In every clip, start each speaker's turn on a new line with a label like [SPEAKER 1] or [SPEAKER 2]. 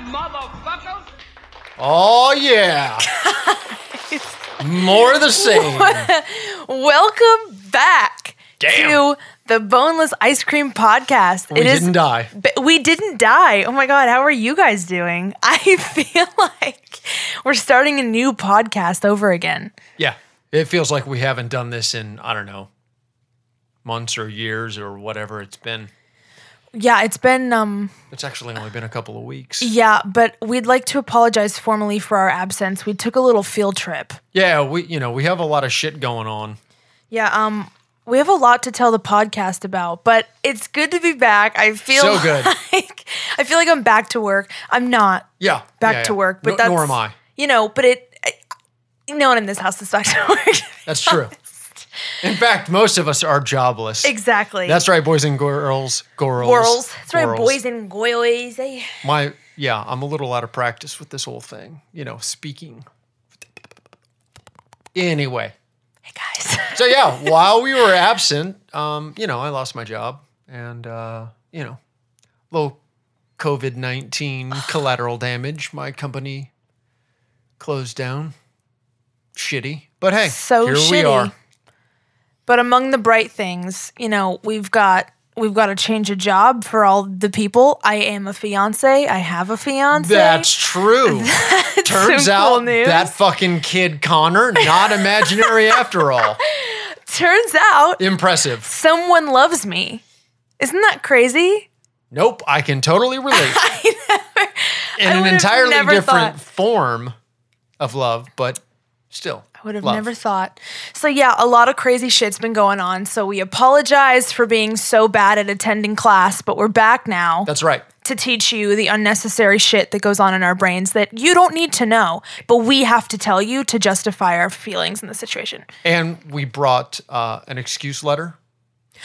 [SPEAKER 1] motherfuckers.
[SPEAKER 2] Oh yeah. More of the same.
[SPEAKER 3] Welcome back
[SPEAKER 2] Damn.
[SPEAKER 3] to the Boneless Ice Cream Podcast.
[SPEAKER 2] We didn't die.
[SPEAKER 3] But we didn't die. Oh my God, how are you guys doing? I feel like we're starting a new podcast over again.
[SPEAKER 2] Yeah. It feels like we haven't done this in, I don't know, months or years or whatever it's been.
[SPEAKER 3] Yeah, it's been, um,
[SPEAKER 2] It's actually only been a couple of weeks.
[SPEAKER 3] yeah, but we'd like to apologize formally for our absence. We took a little field trip.
[SPEAKER 2] Yeah, we you know, we have a lot of shit going on.
[SPEAKER 3] Yeah, um, we have a lot to tell the podcast about, but it's good to be back. I feel
[SPEAKER 2] So good.
[SPEAKER 3] like I feel like I'm back to work. I'm not
[SPEAKER 2] Yeah.
[SPEAKER 3] back
[SPEAKER 2] yeah,
[SPEAKER 3] to
[SPEAKER 2] yeah.
[SPEAKER 3] work, but
[SPEAKER 2] No-
[SPEAKER 3] that's
[SPEAKER 2] nor am I.
[SPEAKER 3] You know, but it I, no one in this house is back to work.
[SPEAKER 2] That's true. In fact, most of us are jobless.
[SPEAKER 3] exactly.
[SPEAKER 2] That's right, boys and girls. Girls.
[SPEAKER 3] Girls. That's right,
[SPEAKER 2] Girls.
[SPEAKER 3] boys and goilies. They
[SPEAKER 2] My yeah, I'm a little out of practice with this whole thing. You know, speaking. Anyway,
[SPEAKER 3] hey guys.
[SPEAKER 2] so yeah, while we were absent, um, you know, I lost my job and uh, you know, little COVID nineteen collateral damage. My company closed down. Shitty, but hey,
[SPEAKER 3] So
[SPEAKER 2] here we
[SPEAKER 3] shitty.
[SPEAKER 2] are.
[SPEAKER 3] But among the bright things, you know, we've got we've got to change a job for all the people. I am a fiance. I have a fiance.
[SPEAKER 2] That's true. Turns
[SPEAKER 3] some
[SPEAKER 2] out
[SPEAKER 3] cool news.
[SPEAKER 2] that fucking kid Connor, not imaginary after all.
[SPEAKER 3] Turns out
[SPEAKER 2] Impressive.
[SPEAKER 3] someone loves me. Isn't that crazy?
[SPEAKER 2] Nope, I can totally relate. In
[SPEAKER 3] I
[SPEAKER 2] an
[SPEAKER 3] would've
[SPEAKER 2] entirely
[SPEAKER 3] never
[SPEAKER 2] different
[SPEAKER 3] thought-
[SPEAKER 2] form of love, but still.
[SPEAKER 3] I would have
[SPEAKER 2] love.
[SPEAKER 3] never thought. So yeah, a lot of crazy shit's been going on. So we apologize for being so bad at attending class, but we're back now
[SPEAKER 2] That's right.
[SPEAKER 3] to teach you the unnecessary shit that goes on in our brains that you don't need to know, but we have to tell you to justify our feelings in the situation.
[SPEAKER 2] And we brought uh, an excuse letter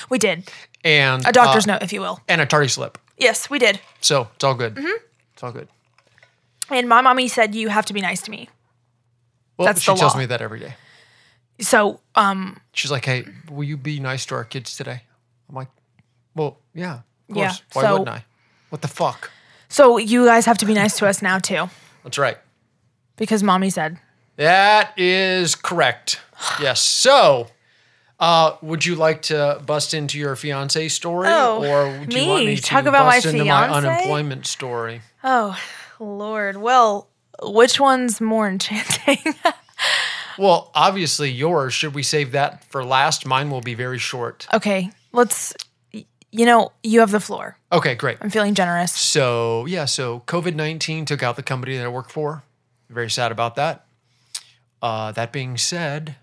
[SPEAKER 3] We did.
[SPEAKER 2] and uh,
[SPEAKER 3] A doctor's note, if you will.
[SPEAKER 2] and a tardy slip.
[SPEAKER 3] Yes, we did.
[SPEAKER 2] So it's all good.
[SPEAKER 3] Mm-hmm.
[SPEAKER 2] It's all good.
[SPEAKER 3] And my mommy said you have to be nice to me.
[SPEAKER 2] Well,
[SPEAKER 3] That's
[SPEAKER 2] she
[SPEAKER 3] the
[SPEAKER 2] tells
[SPEAKER 3] law.
[SPEAKER 2] me that every day.
[SPEAKER 3] So, um,
[SPEAKER 2] She's like, "Hey, will you be nice to our kids today?" I'm like, "Well, yeah, of
[SPEAKER 3] Yeah,
[SPEAKER 2] course. Why
[SPEAKER 3] so-
[SPEAKER 2] wouldn't I? What the fuck?"
[SPEAKER 3] so you guys have to be nice to us now too,
[SPEAKER 2] That's right.
[SPEAKER 3] because mommy said.
[SPEAKER 2] That is correct. Yes. So, uh, would you like to bust into your fiance story,
[SPEAKER 3] Oh,
[SPEAKER 2] or do you want
[SPEAKER 3] me.
[SPEAKER 2] me to
[SPEAKER 3] Talk about my
[SPEAKER 2] bust into my
[SPEAKER 3] fiance?
[SPEAKER 2] unemployment story?
[SPEAKER 3] Oh, Lord. Well, which one's more enchanting?
[SPEAKER 2] Well, obviously yours. Should we save that for last? Mine will be very short.
[SPEAKER 3] okay, let's. You know, you have the floor.
[SPEAKER 2] Okay, great.
[SPEAKER 3] I'm feeling generous.
[SPEAKER 2] So yeah, so COVID nineteen took out the company that I work for. Very sad about that. Uh, that being said,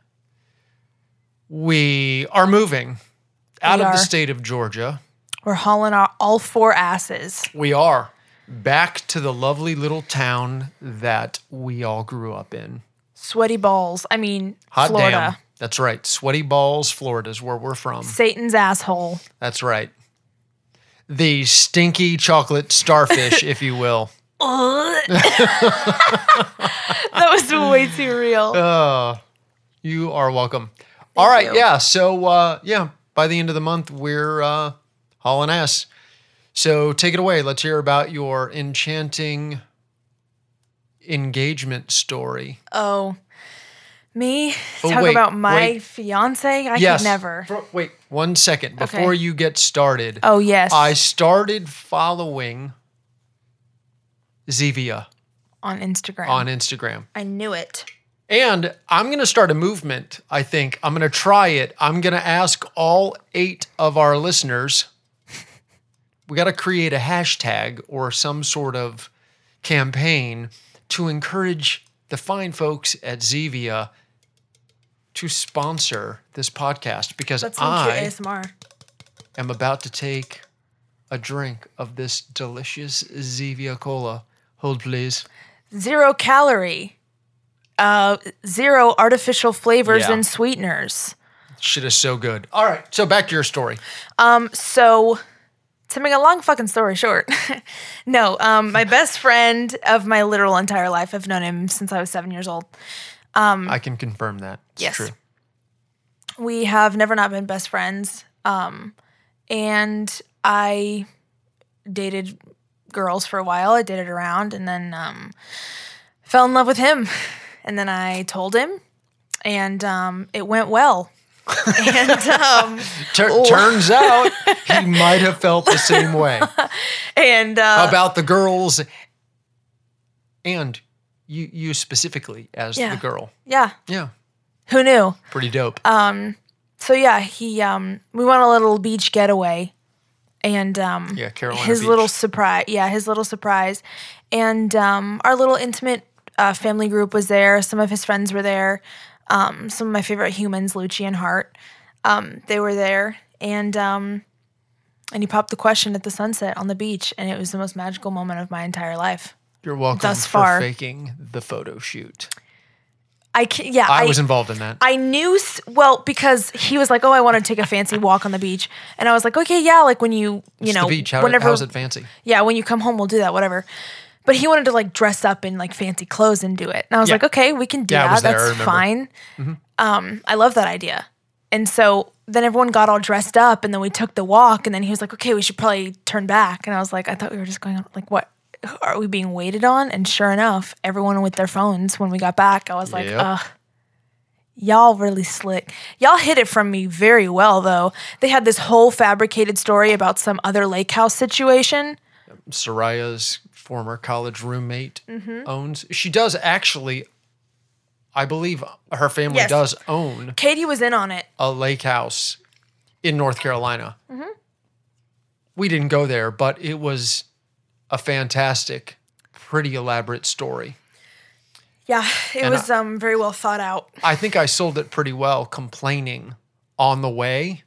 [SPEAKER 2] we are moving out
[SPEAKER 3] We
[SPEAKER 2] of
[SPEAKER 3] are.
[SPEAKER 2] the state of Georgia.
[SPEAKER 3] We're hauling our all four asses.
[SPEAKER 2] We are back to the lovely little town that we all grew up in.
[SPEAKER 3] Sweaty balls. I mean,
[SPEAKER 2] Hot
[SPEAKER 3] Florida.
[SPEAKER 2] damn. That's right. Sweaty Balls, Florida is where we're from.
[SPEAKER 3] Satan's asshole.
[SPEAKER 2] That's right. The stinky chocolate starfish, if you will.
[SPEAKER 3] That was way too real.
[SPEAKER 2] Uh, You are welcome. All right, yeah. So uh, yeah, by the end of the month, we're uh, hauling ass. So take it away. Let's hear about your enchanting engagement story.
[SPEAKER 3] oh, me?
[SPEAKER 2] Oh,
[SPEAKER 3] Talk
[SPEAKER 2] wait,
[SPEAKER 3] about my
[SPEAKER 2] wait.
[SPEAKER 3] fiance? I
[SPEAKER 2] yes.
[SPEAKER 3] could never.
[SPEAKER 2] Fro- wait one second before you get started.
[SPEAKER 3] Oh, yes.
[SPEAKER 2] I started following Zevia
[SPEAKER 3] on Instagram.
[SPEAKER 2] on Instagram.
[SPEAKER 3] I knew it.
[SPEAKER 2] And I'm going to start a movement, I think. I'm going to try it. I'm going to ask all eight of our listeners. We got to create a hashtag or some sort of campaign to encourage the fine folks at Zevia to sponsor this podcast because
[SPEAKER 3] That's some cute
[SPEAKER 2] I
[SPEAKER 3] ASMR.
[SPEAKER 2] am about to take a drink of this delicious Zevia cola. Hold, please.
[SPEAKER 3] zero calorie, uh, zero artificial flavors
[SPEAKER 2] Yeah.
[SPEAKER 3] and sweeteners.
[SPEAKER 2] Shit is so good. All right. So back to your story.
[SPEAKER 3] Um, So, to make a long fucking story short, no, um, my best friend of my literal entire life, I've known him since I was seven years old.
[SPEAKER 2] I can confirm that. It's
[SPEAKER 3] Um, Yes.
[SPEAKER 2] true.
[SPEAKER 3] We have never not been best friends. Um, and I dated girls for a while. I dated around and then um, fell in love with him. And then I told him, and um, it went well. and um,
[SPEAKER 2] Tur- Turns out he might have felt the same way
[SPEAKER 3] and uh,
[SPEAKER 2] about the girls and you, you specifically as
[SPEAKER 3] Yeah.
[SPEAKER 2] the girl.
[SPEAKER 3] yeah,
[SPEAKER 2] Yeah,
[SPEAKER 3] who knew?
[SPEAKER 2] pretty dope.
[SPEAKER 3] Um, So yeah, he um, we went on a little beach getaway, and um,
[SPEAKER 2] Yeah, Carolina
[SPEAKER 3] his
[SPEAKER 2] Beach.
[SPEAKER 3] little surprise. Yeah, his little surprise, and um, our little intimate uh, family group was there. Some of his friends were there. Um, some of my favorite humans, Lucci and Hart, um, they were there, and um, and he popped the question at the sunset on the beach, and it was the most magical moment of my entire life.
[SPEAKER 2] You're welcome
[SPEAKER 3] thus
[SPEAKER 2] for
[SPEAKER 3] far.
[SPEAKER 2] faking the photo shoot.
[SPEAKER 3] I can, yeah,
[SPEAKER 2] I, was involved in that.
[SPEAKER 3] I knew s- well because he was like, "Oh, I want to take a fancy walk on the beach," and I was like, "Okay, yeah, like when you, you
[SPEAKER 2] It's
[SPEAKER 3] know,
[SPEAKER 2] the beach. How,
[SPEAKER 3] whenever,
[SPEAKER 2] how's it fancy?
[SPEAKER 3] yeah, when you come home, we'll do that, whatever." But he wanted to like dress up in like fancy clothes and do it, and I was
[SPEAKER 2] Yeah.
[SPEAKER 3] like, "Okay, we can do
[SPEAKER 2] Yeah, I was
[SPEAKER 3] that.
[SPEAKER 2] there, I
[SPEAKER 3] That's
[SPEAKER 2] remember. Mm-hmm.
[SPEAKER 3] fine." Um, I love that idea, and so then everyone got all dressed up, and then we took the walk, and then he was like, "Okay, we should probably turn back," and I was like, "I thought we were just going on like what." Are we being waited on? And sure enough, everyone with their phones when we got back, I was like,
[SPEAKER 2] Yep.
[SPEAKER 3] ugh, Y'all really slick. Y'all hid it from me very well, though. They had this whole fabricated story about some other lake house situation.
[SPEAKER 2] Soraya's former college roommate owns. She does actually, I believe her family
[SPEAKER 3] Yes.
[SPEAKER 2] does own
[SPEAKER 3] Katie was in on it.
[SPEAKER 2] a lake house in North Carolina. We didn't go there, but it was a fantastic, pretty elaborate story.
[SPEAKER 3] Yeah, it
[SPEAKER 2] And
[SPEAKER 3] was um, very well thought out.
[SPEAKER 2] I think I sold it pretty well, complaining on the way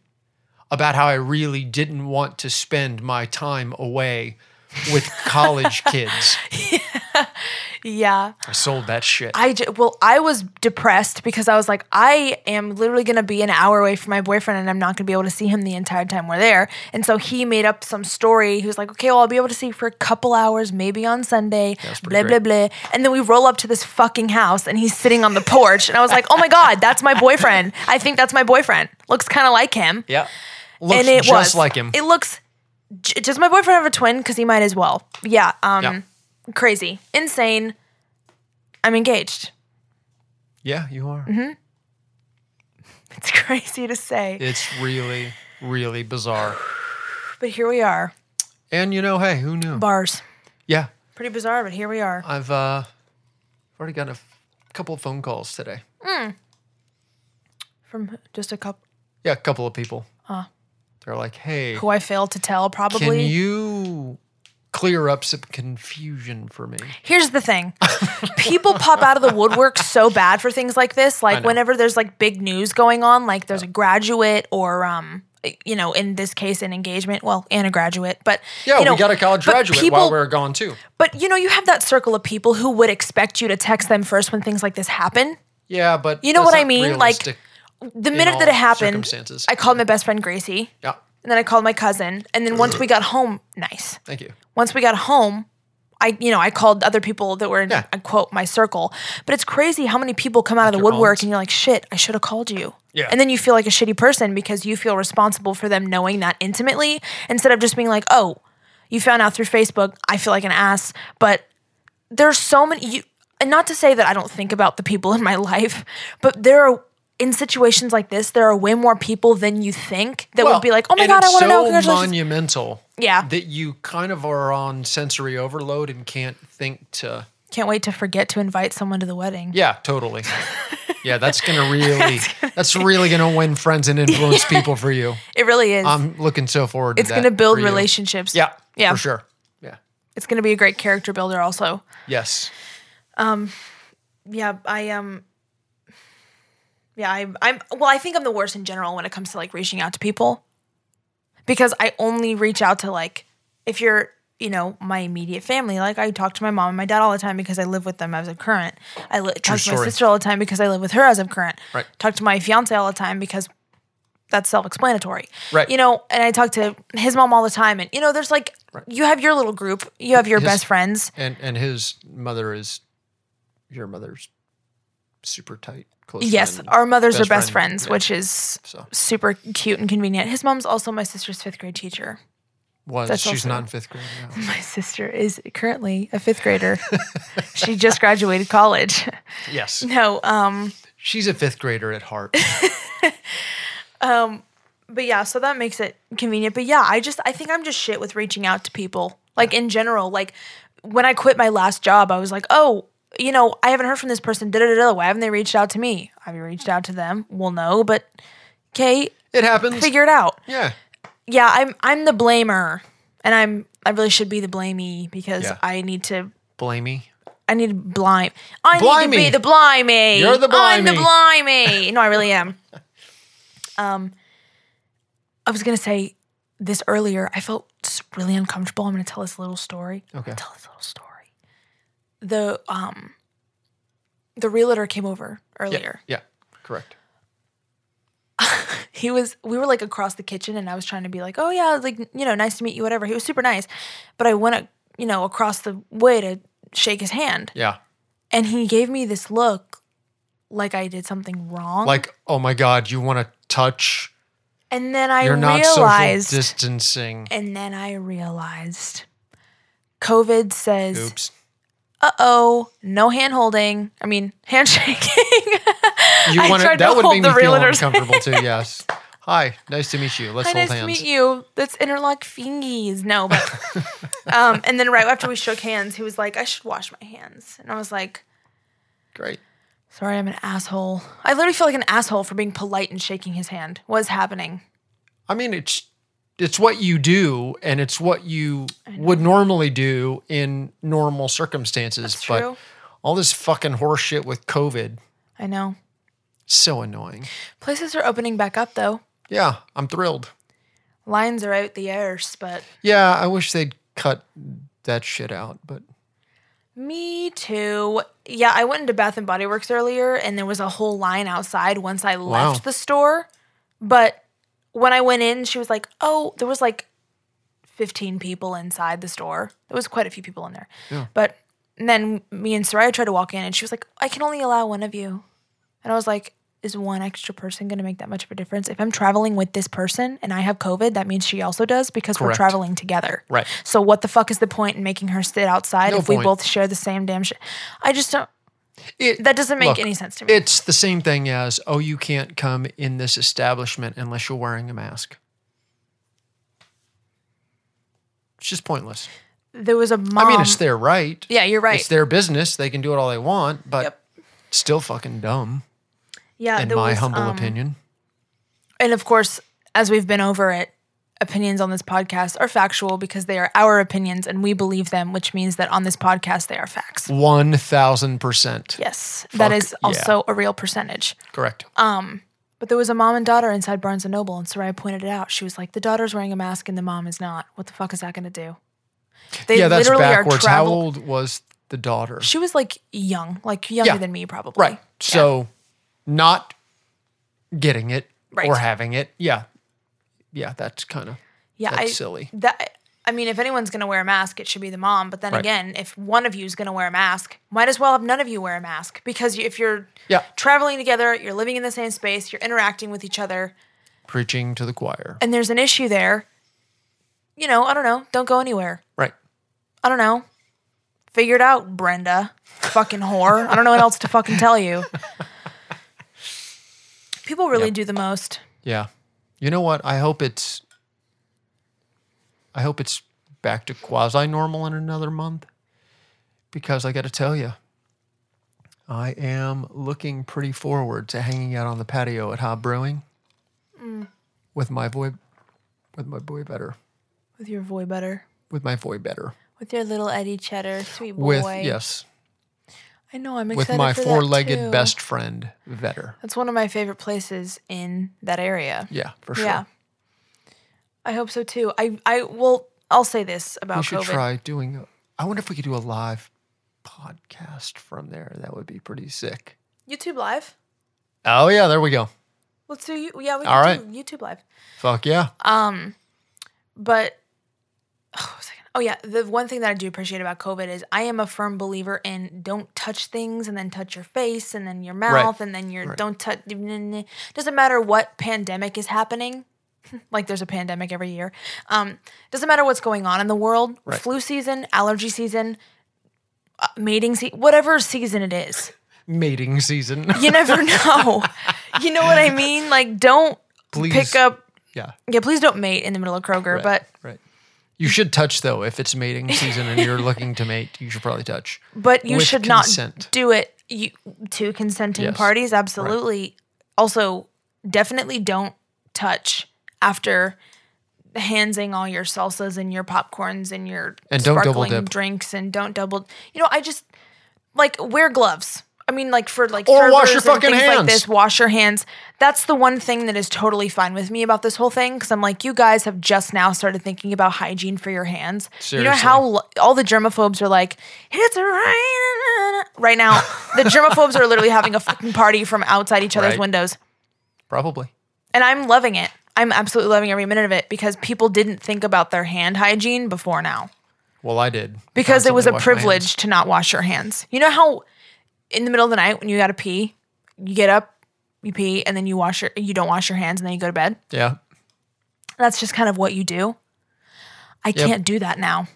[SPEAKER 2] about how I really didn't want to spend my time away with college kids.
[SPEAKER 3] Yeah.
[SPEAKER 2] I sold that shit.
[SPEAKER 3] I j- well, I was depressed because I was like, I am literally going to be an hour away from my boyfriend, and I'm not going to be able to see him the entire time we're there. And so he made up some story. He was like, okay, well, I'll be able to see you for a couple hours, maybe on Sunday, blah
[SPEAKER 2] pretty
[SPEAKER 3] blah blah. And then we roll up to this fucking house, and he's sitting on the porch, and I was like, oh my god, that's my boyfriend. I think that's my boyfriend. Looks kind of like him.
[SPEAKER 2] yeah. Looks
[SPEAKER 3] and it
[SPEAKER 2] just
[SPEAKER 3] was
[SPEAKER 2] like him.
[SPEAKER 3] It looks. j- Does my boyfriend have a twin? Because he might as well. Yeah. Um.
[SPEAKER 2] Yeah.
[SPEAKER 3] Crazy, insane. I'm engaged.
[SPEAKER 2] yeah, you are.
[SPEAKER 3] Mm-hmm. It's crazy to say,
[SPEAKER 2] It's really, really bizarre.
[SPEAKER 3] but here we are.
[SPEAKER 2] And you know, hey, who knew?
[SPEAKER 3] Bars.
[SPEAKER 2] Yeah,
[SPEAKER 3] Pretty bizarre, but here we are.
[SPEAKER 2] I've uh, already got a f- couple of phone calls today.
[SPEAKER 3] From just a couple
[SPEAKER 2] Yeah, a couple of people. They're like, hey,
[SPEAKER 3] who I failed to tell,
[SPEAKER 2] can
[SPEAKER 3] probably.
[SPEAKER 2] you clear up some confusion for me?
[SPEAKER 3] Here's the thing people pop out of the woodwork so bad for things like this. Like,
[SPEAKER 2] know.
[SPEAKER 3] whenever there's like big news going on, like there's a graduate or, um, you know, in this case, an engagement, well, and a graduate, but
[SPEAKER 2] Yeah,
[SPEAKER 3] you know,
[SPEAKER 2] we got a college
[SPEAKER 3] but
[SPEAKER 2] graduate
[SPEAKER 3] people-
[SPEAKER 2] while we were gone too.
[SPEAKER 3] But you know, you have that circle of people who would expect you to text them first when things like this happen.
[SPEAKER 2] Yeah, but
[SPEAKER 3] You know
[SPEAKER 2] that's
[SPEAKER 3] what I
[SPEAKER 2] not
[SPEAKER 3] mean? Like,
[SPEAKER 2] realistic.
[SPEAKER 3] The minute
[SPEAKER 2] all
[SPEAKER 3] that it happened,
[SPEAKER 2] circumstances.
[SPEAKER 3] I called my best friend Gracie,
[SPEAKER 2] yeah,
[SPEAKER 3] and then I called my cousin, and then once we got home, nice.
[SPEAKER 2] thank you.
[SPEAKER 3] once we got home, I you know I called other people that were in
[SPEAKER 2] Yeah.
[SPEAKER 3] I quote my circle, but it's crazy how many people come out of the
[SPEAKER 2] your
[SPEAKER 3] woodwork
[SPEAKER 2] alms.
[SPEAKER 3] and you're like shit I should have called you,
[SPEAKER 2] Yeah.
[SPEAKER 3] and then you feel like a shitty person because you feel responsible for them knowing that intimately instead of just being like oh you found out through Facebook I feel like an ass, but there's so many you and not to say that I don't think about the people in my life, but there are. In situations like this, there are way more people than you think that
[SPEAKER 2] Well,
[SPEAKER 3] would be like, "Oh my
[SPEAKER 2] and
[SPEAKER 3] god, I
[SPEAKER 2] it's
[SPEAKER 3] want to know!"
[SPEAKER 2] so
[SPEAKER 3] Congratulations!
[SPEAKER 2] monumental.
[SPEAKER 3] Yeah.
[SPEAKER 2] that you kind of are on sensory overload and can't think to.
[SPEAKER 3] Can't wait to forget to invite someone to the wedding.
[SPEAKER 2] Yeah, totally. yeah, that's gonna really, that's really gonna win friends and influence people for you.
[SPEAKER 3] It really is.
[SPEAKER 2] I'm looking so forward. to
[SPEAKER 3] it's
[SPEAKER 2] that
[SPEAKER 3] going to build
[SPEAKER 2] for you.
[SPEAKER 3] relationships.
[SPEAKER 2] Yeah,
[SPEAKER 3] Yeah.
[SPEAKER 2] for sure. Yeah.
[SPEAKER 3] It's going to be a great character builder also.
[SPEAKER 2] Yes.
[SPEAKER 3] Yeah, I um Yeah, I I'm well, I think I'm the worst in general when it comes to like reaching out to people. Because I only reach out to like if you're, you know, my immediate family, like I talk to my mom and my dad all the time because I live with them as of current. I li- talk to my
[SPEAKER 2] story.
[SPEAKER 3] sister all the time because I live with her as of current.
[SPEAKER 2] Right.
[SPEAKER 3] Talk to my fiance all the time because that's self-explanatory.
[SPEAKER 2] Right.
[SPEAKER 3] You know, and I talk to his mom all the time and you know, there's like you have your little group, you have your
[SPEAKER 2] His-
[SPEAKER 3] best friends.
[SPEAKER 2] And and his mother is, your mother's, super tight. Close
[SPEAKER 3] Yes,
[SPEAKER 2] friend.
[SPEAKER 3] our mothers
[SPEAKER 2] best
[SPEAKER 3] are best
[SPEAKER 2] friend,
[SPEAKER 3] friends,
[SPEAKER 2] yeah.
[SPEAKER 3] which is
[SPEAKER 2] So.
[SPEAKER 3] super cute and convenient. His mom's also my sister's fifth grade teacher.
[SPEAKER 2] Was
[SPEAKER 3] That's
[SPEAKER 2] she's
[SPEAKER 3] also-
[SPEAKER 2] not in fifth grade now.
[SPEAKER 3] My sister is currently a fifth grader. she just graduated college.
[SPEAKER 2] Yes.
[SPEAKER 3] No, um,
[SPEAKER 2] She's a fifth grader at heart.
[SPEAKER 3] but yeah, so that makes it convenient. But yeah, I just I think I'm just shit with reaching out to people. Like in general, like when I quit my last job, I was like, oh, you know, I haven't heard from this person. Da da da. da. Why haven't they reached out to me? Have you reached out to them? Well, no, but okay,
[SPEAKER 2] It happens.
[SPEAKER 3] figure it out.
[SPEAKER 2] Yeah.
[SPEAKER 3] yeah, I'm I'm the blamer, and I'm I really should be the blamey because
[SPEAKER 2] Yeah.
[SPEAKER 3] I need to
[SPEAKER 2] Blamey.
[SPEAKER 3] I need to blime I need to
[SPEAKER 2] Blimey.
[SPEAKER 3] be the blimey.
[SPEAKER 2] You're the
[SPEAKER 3] I'm the
[SPEAKER 2] blimey.
[SPEAKER 3] blimey. no, I really am. Um, I was gonna say this earlier. I felt s- really uncomfortable. I'm gonna tell this little story. I'm gonna
[SPEAKER 2] Okay.
[SPEAKER 3] tell this little story. The um, the realtor came over earlier
[SPEAKER 2] Yeah. Correct.
[SPEAKER 3] he was we were like across the kitchen and i was trying to be like oh yeah like you know nice to meet you whatever he was super nice but i went uh, you know across the way to shake his hand
[SPEAKER 2] Yeah.
[SPEAKER 3] and he gave me this look like i did something wrong
[SPEAKER 2] Like, oh my God, you want to touch?
[SPEAKER 3] and then i
[SPEAKER 2] You're not
[SPEAKER 3] realized
[SPEAKER 2] social distancing.
[SPEAKER 3] and then i realized covid says
[SPEAKER 2] Oops.
[SPEAKER 3] uh-oh no hand holding i mean handshaking
[SPEAKER 2] You
[SPEAKER 3] I
[SPEAKER 2] want
[SPEAKER 3] tried to
[SPEAKER 2] That would
[SPEAKER 3] hold
[SPEAKER 2] make
[SPEAKER 3] the
[SPEAKER 2] me feel
[SPEAKER 3] realtor's
[SPEAKER 2] uncomfortable too. Yes. Hi. Nice to meet you. Let's
[SPEAKER 3] Hi,
[SPEAKER 2] hold
[SPEAKER 3] nice to
[SPEAKER 2] hands.
[SPEAKER 3] meet you. That's interlock fingies. No, but um, and then right after we shook hands, he was like, "I should wash my hands," and I was like,
[SPEAKER 2] Great.
[SPEAKER 3] "Sorry, I'm an asshole." I literally feel like an asshole for being polite and shaking his hand. What's happening?
[SPEAKER 2] I mean, it's it's what you do, and it's what you would normally do in normal circumstances. but
[SPEAKER 3] true.
[SPEAKER 2] all this fucking horseshit with COVID,
[SPEAKER 3] I know
[SPEAKER 2] so annoying.
[SPEAKER 3] places are opening back up though.
[SPEAKER 2] Yeah, I'm thrilled.
[SPEAKER 3] Lines are out the arse, but
[SPEAKER 2] Yeah, I wish they'd cut that shit out, but
[SPEAKER 3] me too. Yeah, I went into Bath and Body Works earlier, and there was a whole line outside once I
[SPEAKER 2] Wow.
[SPEAKER 3] left the store. But when I went in, she was like, "Oh, there was like 15 people inside the store. There was quite a few people in there." But and then me and Soraya tried to walk in, and she was like, "I can only allow one of you," and I was like. Is one extra person going to make that much of a difference? If I'm traveling with this person and I have COVID, that means she also does because
[SPEAKER 2] Correct.
[SPEAKER 3] we're traveling together.
[SPEAKER 2] Right.
[SPEAKER 3] So what the fuck is the point in making her sit outside
[SPEAKER 2] No
[SPEAKER 3] if we
[SPEAKER 2] point.
[SPEAKER 3] both share the same damn shit? I just don't.
[SPEAKER 2] it,
[SPEAKER 3] That doesn't make
[SPEAKER 2] Look,
[SPEAKER 3] any sense to me.
[SPEAKER 2] it's the same thing as oh, you can't come in this establishment unless you're wearing a mask. It's just pointless.
[SPEAKER 3] there was a mom.
[SPEAKER 2] I mean, it's their right.
[SPEAKER 3] Um, yeah, you're right.
[SPEAKER 2] It's their business. They can do it all they want, but
[SPEAKER 3] Yep.
[SPEAKER 2] still fucking dumb,
[SPEAKER 3] yeah,
[SPEAKER 2] in
[SPEAKER 3] there
[SPEAKER 2] my
[SPEAKER 3] was,
[SPEAKER 2] humble
[SPEAKER 3] um,
[SPEAKER 2] opinion.
[SPEAKER 3] And of course, as we've been over it, opinions on this podcast are factual because they are our opinions and we believe them, which means that on this podcast they are facts.
[SPEAKER 2] One thousand percent
[SPEAKER 3] Yes, that
[SPEAKER 2] Fuck
[SPEAKER 3] is
[SPEAKER 2] yeah.
[SPEAKER 3] also a real percentage.
[SPEAKER 2] correct.
[SPEAKER 3] Um, But there was a mom and daughter inside Barnes and Noble, and Soraya pointed it out. She was like, "The daughter's wearing a mask and the mom is not. What the fuck is that going to do?" They
[SPEAKER 2] yeah, that's backwards. How
[SPEAKER 3] travel-
[SPEAKER 2] old was the daughter?
[SPEAKER 3] She was like young, like younger
[SPEAKER 2] Yeah.
[SPEAKER 3] than me, probably.
[SPEAKER 2] Right. So, not getting it
[SPEAKER 3] Right.
[SPEAKER 2] or having it. Yeah, yeah. That's kind of
[SPEAKER 3] Yeah,
[SPEAKER 2] that's
[SPEAKER 3] I,
[SPEAKER 2] silly.
[SPEAKER 3] That I mean, if anyone's gonna wear a mask, it should be the mom. But then
[SPEAKER 2] Right.
[SPEAKER 3] again, if one of you is gonna wear a mask, might as well have none of you wear a mask because you, if you're
[SPEAKER 2] Yeah.
[SPEAKER 3] traveling together, you're living in the same space, you're interacting with each other,
[SPEAKER 2] preaching to the choir.
[SPEAKER 3] and there's an issue there. You know, I don't know. Don't go anywhere.
[SPEAKER 2] Right.
[SPEAKER 3] I don't know. Figure it out, Brenda. Fucking whore. I don't know what else to fucking tell you. People really do the most.
[SPEAKER 2] Yeah. You know what? I hope it's. I hope it's back to quasi normal in another month, because I got to tell you, I am looking pretty forward to hanging out on the patio at Hob Brewing
[SPEAKER 3] Mm.
[SPEAKER 2] with my boy, with my boy better,
[SPEAKER 3] With your boy butter.
[SPEAKER 2] with my boy better,
[SPEAKER 3] With your little Eddie Cheddar, sweet boy.
[SPEAKER 2] with yes,
[SPEAKER 3] I know. I'm
[SPEAKER 2] with
[SPEAKER 3] excited
[SPEAKER 2] my
[SPEAKER 3] for that too.
[SPEAKER 2] four-legged best friend Vetter.
[SPEAKER 3] That's one of my favorite places in that area.
[SPEAKER 2] Yeah, for sure.
[SPEAKER 3] Yeah. I hope so too. I I will. I'll say this
[SPEAKER 2] We
[SPEAKER 3] about
[SPEAKER 2] should
[SPEAKER 3] COVID.
[SPEAKER 2] try doing. a- I wonder if we could do a live podcast from there. That would be pretty sick.
[SPEAKER 3] YouTube Live.
[SPEAKER 2] Oh yeah, there we go.
[SPEAKER 3] Let's do. you- Yeah, we can
[SPEAKER 2] All
[SPEAKER 3] do YouTube Live.
[SPEAKER 2] Fuck yeah.
[SPEAKER 3] Um, But oh, what was I gonna- oh yeah, the one thing that I do appreciate about COVID is I am a firm believer in don't touch things and then touch your face and then your mouth and then your don't touch. Doesn't matter what pandemic is happening. like there's a pandemic every year. Um, doesn't matter what's going on in the world,
[SPEAKER 2] Right.
[SPEAKER 3] flu season, allergy season, uh, mating season, whatever season it is.
[SPEAKER 2] Mating season.
[SPEAKER 3] You never know. you know what I mean? Like don't
[SPEAKER 2] Please.
[SPEAKER 3] pick up
[SPEAKER 2] yeah.
[SPEAKER 3] yeah, please don't mate in the middle of
[SPEAKER 2] Right,
[SPEAKER 3] Kroger, but
[SPEAKER 2] right. You should touch though if it's mating season and you're looking to mate. You should probably touch.
[SPEAKER 3] but you
[SPEAKER 2] With
[SPEAKER 3] should
[SPEAKER 2] consent.
[SPEAKER 3] not do it you, to consenting
[SPEAKER 2] Yes.
[SPEAKER 3] parties absolutely also definitely don't touch after handsing all your salsas and your popcorns and your
[SPEAKER 2] And don't double
[SPEAKER 3] sparkling
[SPEAKER 2] dip.
[SPEAKER 3] drinks and don't double you know i just like wear gloves i mean like for like
[SPEAKER 2] Or wash your
[SPEAKER 3] servers and
[SPEAKER 2] fucking
[SPEAKER 3] things like
[SPEAKER 2] hands.
[SPEAKER 3] this wash your hands that's the one thing that is totally fine with me about this whole thing because i'm like you guys have just now started thinking about hygiene for your hands you know
[SPEAKER 2] Seriously.
[SPEAKER 3] how l- all the germaphobes are like, it's rain right now. The germaphobes are literally having a fucking party from outside each other's
[SPEAKER 2] Right.
[SPEAKER 3] windows,
[SPEAKER 2] Probably.
[SPEAKER 3] and I'm loving it. I'm absolutely loving every minute of it because people didn't think about their hand hygiene before now
[SPEAKER 2] Well, I did.
[SPEAKER 3] because it was
[SPEAKER 2] Constantly wash my
[SPEAKER 3] a
[SPEAKER 2] hands.
[SPEAKER 3] privilege to not wash your hands. You know how in the middle of the night when you got to pee, you get up, you pee, and then you wash your you don't wash your hands and then you go to bed.
[SPEAKER 2] Yeah.
[SPEAKER 3] That's just kind of what you do. I can't do that now.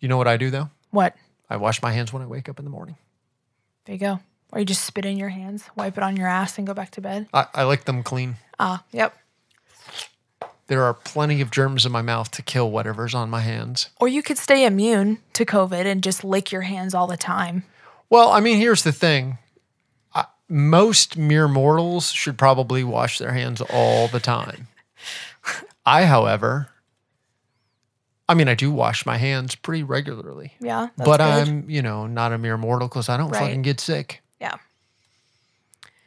[SPEAKER 2] You know what I do though?
[SPEAKER 3] What?
[SPEAKER 2] I wash my hands when I wake up in the morning.
[SPEAKER 3] There you go. Or you just spit in your hands, wipe it on your ass, and go back to bed.
[SPEAKER 2] I, I lick them clean.
[SPEAKER 3] Ah, yep.
[SPEAKER 2] There are plenty of germs in my mouth to kill whatever's on my hands.
[SPEAKER 3] Or you could stay immune to COVID and just lick your hands all the time.
[SPEAKER 2] Well, I mean, here's the thing. I- Most mere mortals should probably wash their hands all the time. I, however, I mean, I do wash my hands pretty regularly,
[SPEAKER 3] Yeah. that's
[SPEAKER 2] but um,
[SPEAKER 3] good.
[SPEAKER 2] I'm, you know, not a mere mortal because I don't
[SPEAKER 3] Right.
[SPEAKER 2] fucking get sick.
[SPEAKER 3] Yeah.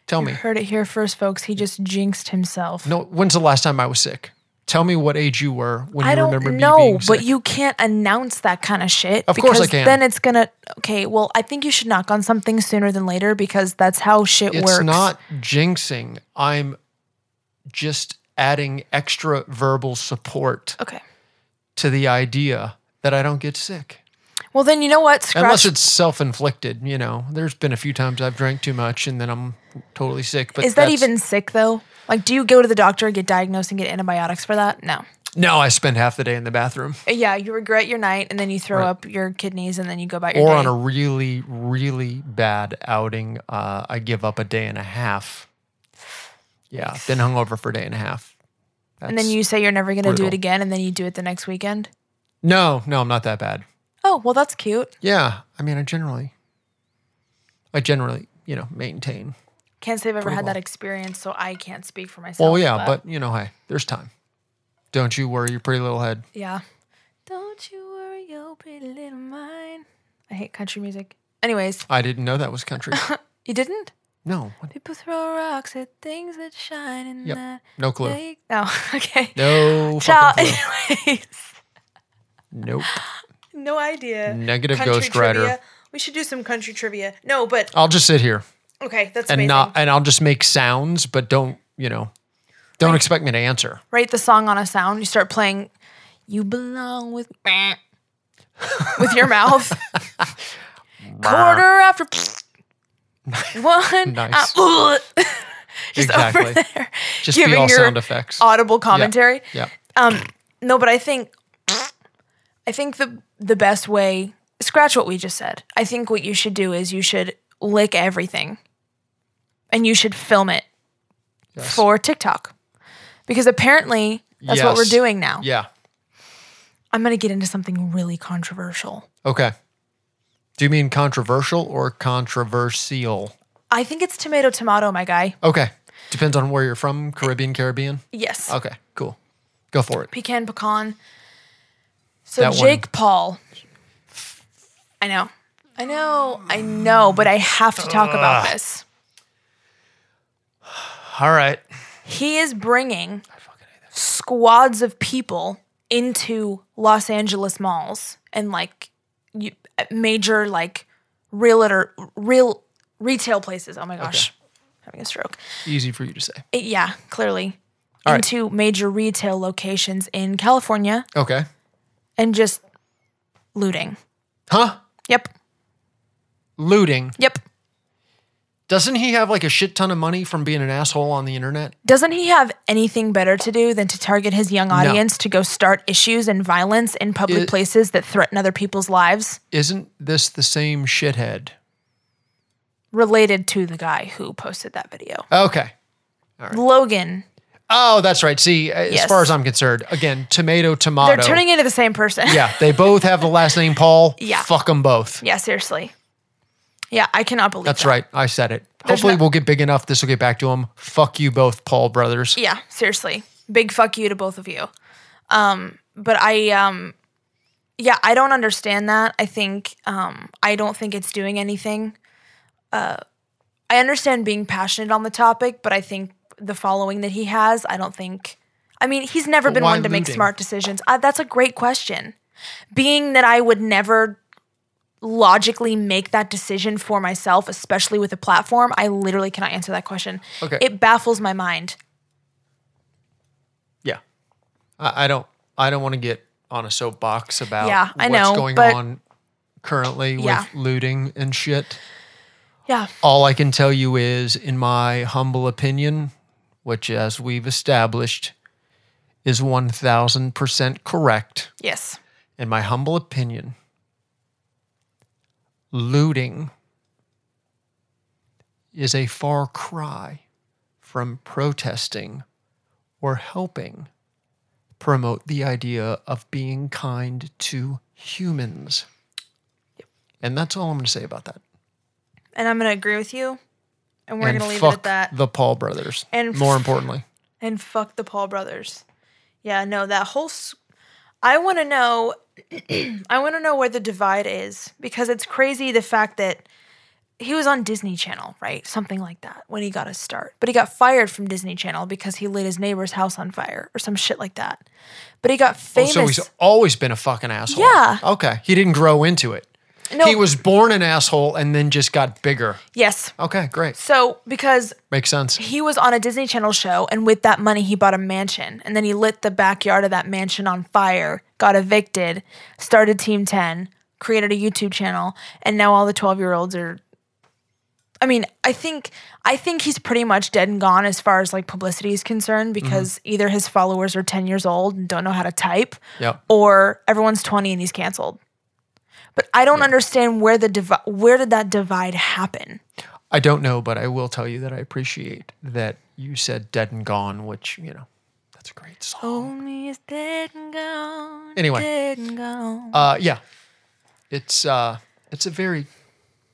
[SPEAKER 2] Tell me,
[SPEAKER 3] Heard it here first, folks. He just jinxed himself.
[SPEAKER 2] no, when's the last time I was sick? Tell me what age you were when
[SPEAKER 3] I
[SPEAKER 2] you
[SPEAKER 3] don't
[SPEAKER 2] remember me
[SPEAKER 3] know,
[SPEAKER 2] being
[SPEAKER 3] but
[SPEAKER 2] sick.
[SPEAKER 3] you can't announce that kind of shit.
[SPEAKER 2] Of course I
[SPEAKER 3] because
[SPEAKER 2] can.
[SPEAKER 3] Then it's gonna. Okay, well, I think you should knock on something sooner than later because that's how shit
[SPEAKER 2] It's
[SPEAKER 3] works.
[SPEAKER 2] not jinxing. I'm just adding extra verbal support
[SPEAKER 3] Okay.
[SPEAKER 2] to the idea that I don't get sick.
[SPEAKER 3] Well, then you know what? Scratch.
[SPEAKER 2] Unless it's self inflicted, you know. There's been a few times I've drank too much and then I'm totally sick. But
[SPEAKER 3] Is that
[SPEAKER 2] that's-
[SPEAKER 3] even sick though? Like, do you go to the doctor, get diagnosed, and get antibiotics for that? No.
[SPEAKER 2] No, I spend half the day in the bathroom
[SPEAKER 3] Yeah, you regret your night and then you throw up your kidneys and then you go about your
[SPEAKER 2] or
[SPEAKER 3] day.
[SPEAKER 2] on a really, really bad outing. Uh, I give up a day and a half. Yeah, then hungover for a day and a half.
[SPEAKER 3] and then
[SPEAKER 2] That's-
[SPEAKER 3] you say you're never going to do it
[SPEAKER 2] brutal.
[SPEAKER 3] again and then you do it the next weekend.
[SPEAKER 2] No, no, I'm not that bad.
[SPEAKER 3] Oh, well, that's cute.
[SPEAKER 2] Yeah, I mean, I generally, I generally, you know, maintain.
[SPEAKER 3] Can't say I've ever had
[SPEAKER 2] well.
[SPEAKER 3] that experience, so I can't speak for myself.
[SPEAKER 2] Well, yeah, but you know, hey, there's time. Don't you worry your pretty little head.
[SPEAKER 3] yeah. Don't you worry, your pretty little mind. I hate country music. Anyways,
[SPEAKER 2] I didn't know that was country.
[SPEAKER 3] you didn't?
[SPEAKER 2] No, what-
[SPEAKER 3] People throw rocks at things that shine in
[SPEAKER 2] Yep.
[SPEAKER 3] that
[SPEAKER 2] no clue.
[SPEAKER 3] big. Oh, okay.
[SPEAKER 2] No
[SPEAKER 3] Ciao.
[SPEAKER 2] fucking clue.
[SPEAKER 3] Anyways,
[SPEAKER 2] Nope.
[SPEAKER 3] no idea.
[SPEAKER 2] Negative
[SPEAKER 3] Country
[SPEAKER 2] Ghost Rider.
[SPEAKER 3] trivia. We should do some country trivia. No, but
[SPEAKER 2] I'll just sit here
[SPEAKER 3] Okay, that's
[SPEAKER 2] and
[SPEAKER 3] amazing.
[SPEAKER 2] not, and I'll just make sounds, but don't, you know, don't expect me to answer.
[SPEAKER 3] Write the song on a sound. You start playing. You belong with with your mouth. Quarter after one.
[SPEAKER 2] Nice.
[SPEAKER 3] uh, just over
[SPEAKER 2] Exactly.
[SPEAKER 3] there,
[SPEAKER 2] Just be
[SPEAKER 3] giving
[SPEAKER 2] all
[SPEAKER 3] your
[SPEAKER 2] sound effects.
[SPEAKER 3] audible commentary. Um,
[SPEAKER 2] yeah.
[SPEAKER 3] No, but I think I think the the best way scratch what we just said. I think what you should do is you should lick everything. And you should film it
[SPEAKER 2] Yes.
[SPEAKER 3] for TikTok. Because apparently that's what we're
[SPEAKER 2] Yes.
[SPEAKER 3] doing now.
[SPEAKER 2] Yeah.
[SPEAKER 3] I'm going to get into something really controversial.
[SPEAKER 2] Okay. Do you mean controversial or controversial?
[SPEAKER 3] I think it's tomato tomato, my guy.
[SPEAKER 2] Okay. Depends on where you're from. Caribbean, Caribbean.
[SPEAKER 3] Yes.
[SPEAKER 2] Okay. Cool. Go for it.
[SPEAKER 3] Pecan pecan. So
[SPEAKER 2] That one.
[SPEAKER 3] Jake Paul. I know. I know. I know, but I have to talk about this.
[SPEAKER 2] All right.
[SPEAKER 3] He is bringing squads of people into Los Angeles malls and like you, uh, major like realtor real retail places. Oh my gosh. Having a stroke.
[SPEAKER 2] Easy for you to say.
[SPEAKER 3] It- yeah, clearly.
[SPEAKER 2] All right.
[SPEAKER 3] into major retail locations in California
[SPEAKER 2] Okay.
[SPEAKER 3] and just looting.
[SPEAKER 2] Huh?
[SPEAKER 3] Yep.
[SPEAKER 2] Looting.
[SPEAKER 3] Yep.
[SPEAKER 2] Doesn't he have like a shit ton of money from being an asshole on the internet?
[SPEAKER 3] Doesn't he have anything better to do than to target his young audience to go start issues and violence in public
[SPEAKER 2] It-
[SPEAKER 3] places that threaten other people's lives?
[SPEAKER 2] Isn't this the same shithead?
[SPEAKER 3] Related to the guy who posted that video,
[SPEAKER 2] Okay.
[SPEAKER 3] Logan.
[SPEAKER 2] Oh, that's right. See, as
[SPEAKER 3] Yes.
[SPEAKER 2] far as I'm concerned, again, tomato, tomato.
[SPEAKER 3] They're turning into the same person.
[SPEAKER 2] yeah, they both have the last name Paul.
[SPEAKER 3] Yeah.
[SPEAKER 2] Fuck them both.
[SPEAKER 3] yeah, seriously. Yeah, I cannot believe
[SPEAKER 2] That's
[SPEAKER 3] that.
[SPEAKER 2] right. I said it.
[SPEAKER 3] There's
[SPEAKER 2] Hopefully,
[SPEAKER 3] no-
[SPEAKER 2] we'll get big enough. This will get back to them. Fuck you both, Paul brothers.
[SPEAKER 3] Yeah, seriously. Big fuck you to both of you. Um, but I um yeah, I don't understand that. I think um I don't think it's doing anything. Uh I understand being passionate on the topic, but I think the following that he has, I don't think I mean, he's never
[SPEAKER 2] But
[SPEAKER 3] been
[SPEAKER 2] why
[SPEAKER 3] one to make
[SPEAKER 2] looting?
[SPEAKER 3] smart decisions. Uh, that's a great question. Being that I would never logically make that decision for myself, especially with a platform, I literally cannot answer that question.
[SPEAKER 2] Okay.
[SPEAKER 3] It baffles my mind.
[SPEAKER 2] Yeah. I, I don't. I don't want to get on a soapbox about
[SPEAKER 3] Yeah, I
[SPEAKER 2] what's
[SPEAKER 3] know,
[SPEAKER 2] going
[SPEAKER 3] but-
[SPEAKER 2] on currently
[SPEAKER 3] Yeah.
[SPEAKER 2] with looting and shit.
[SPEAKER 3] Yeah.
[SPEAKER 2] All I can tell you is, in my humble opinion, which as we've established is 1000% correct,
[SPEAKER 3] Yes.
[SPEAKER 2] in my humble opinion, looting is a far cry from protesting or helping promote the idea of being kind to humans. And that's all I'm going to say about that.
[SPEAKER 3] And I'm going to agree with you. And we're
[SPEAKER 2] and
[SPEAKER 3] going to leave it
[SPEAKER 2] fuck
[SPEAKER 3] at that.
[SPEAKER 2] the Paul brothers.
[SPEAKER 3] And
[SPEAKER 2] more importantly,
[SPEAKER 3] and fuck the Paul brothers. Yeah, no, that whole s- I want to know I want to know where the divide is because it's crazy the fact that he was on Disney Channel, right? Something like that when he got his start. But he got fired from Disney Channel because he lit his neighbor's house on fire or some shit like that. But he got famous.
[SPEAKER 2] Oh, so he's always been a fucking asshole.
[SPEAKER 3] Yeah.
[SPEAKER 2] Okay. He didn't grow into it.
[SPEAKER 3] no,
[SPEAKER 2] He was born an asshole and then just got bigger.
[SPEAKER 3] yes.
[SPEAKER 2] Okay, great.
[SPEAKER 3] So because
[SPEAKER 2] Makes sense.
[SPEAKER 3] he was on a Disney Channel show, and with that money, he bought a mansion. And then he lit the backyard of that mansion on fire, got evicted, started Team 10, created a YouTube channel, and now all the 12 year olds are. I mean, I think I think he's pretty much dead and gone as far as like publicity is concerned because either his followers are 10 years old and don't know how to type
[SPEAKER 2] Yep.
[SPEAKER 3] or everyone's 20 and he's canceled. But I don't understand where the divi- where did that divide happen?
[SPEAKER 2] I don't know, but I will tell you that I appreciate that you said dead and gone, which, you know, that's a great song.
[SPEAKER 3] Only is dead and gone.
[SPEAKER 2] Anyway.
[SPEAKER 3] Dead and gone.
[SPEAKER 2] Uh, yeah. It's uh it's a very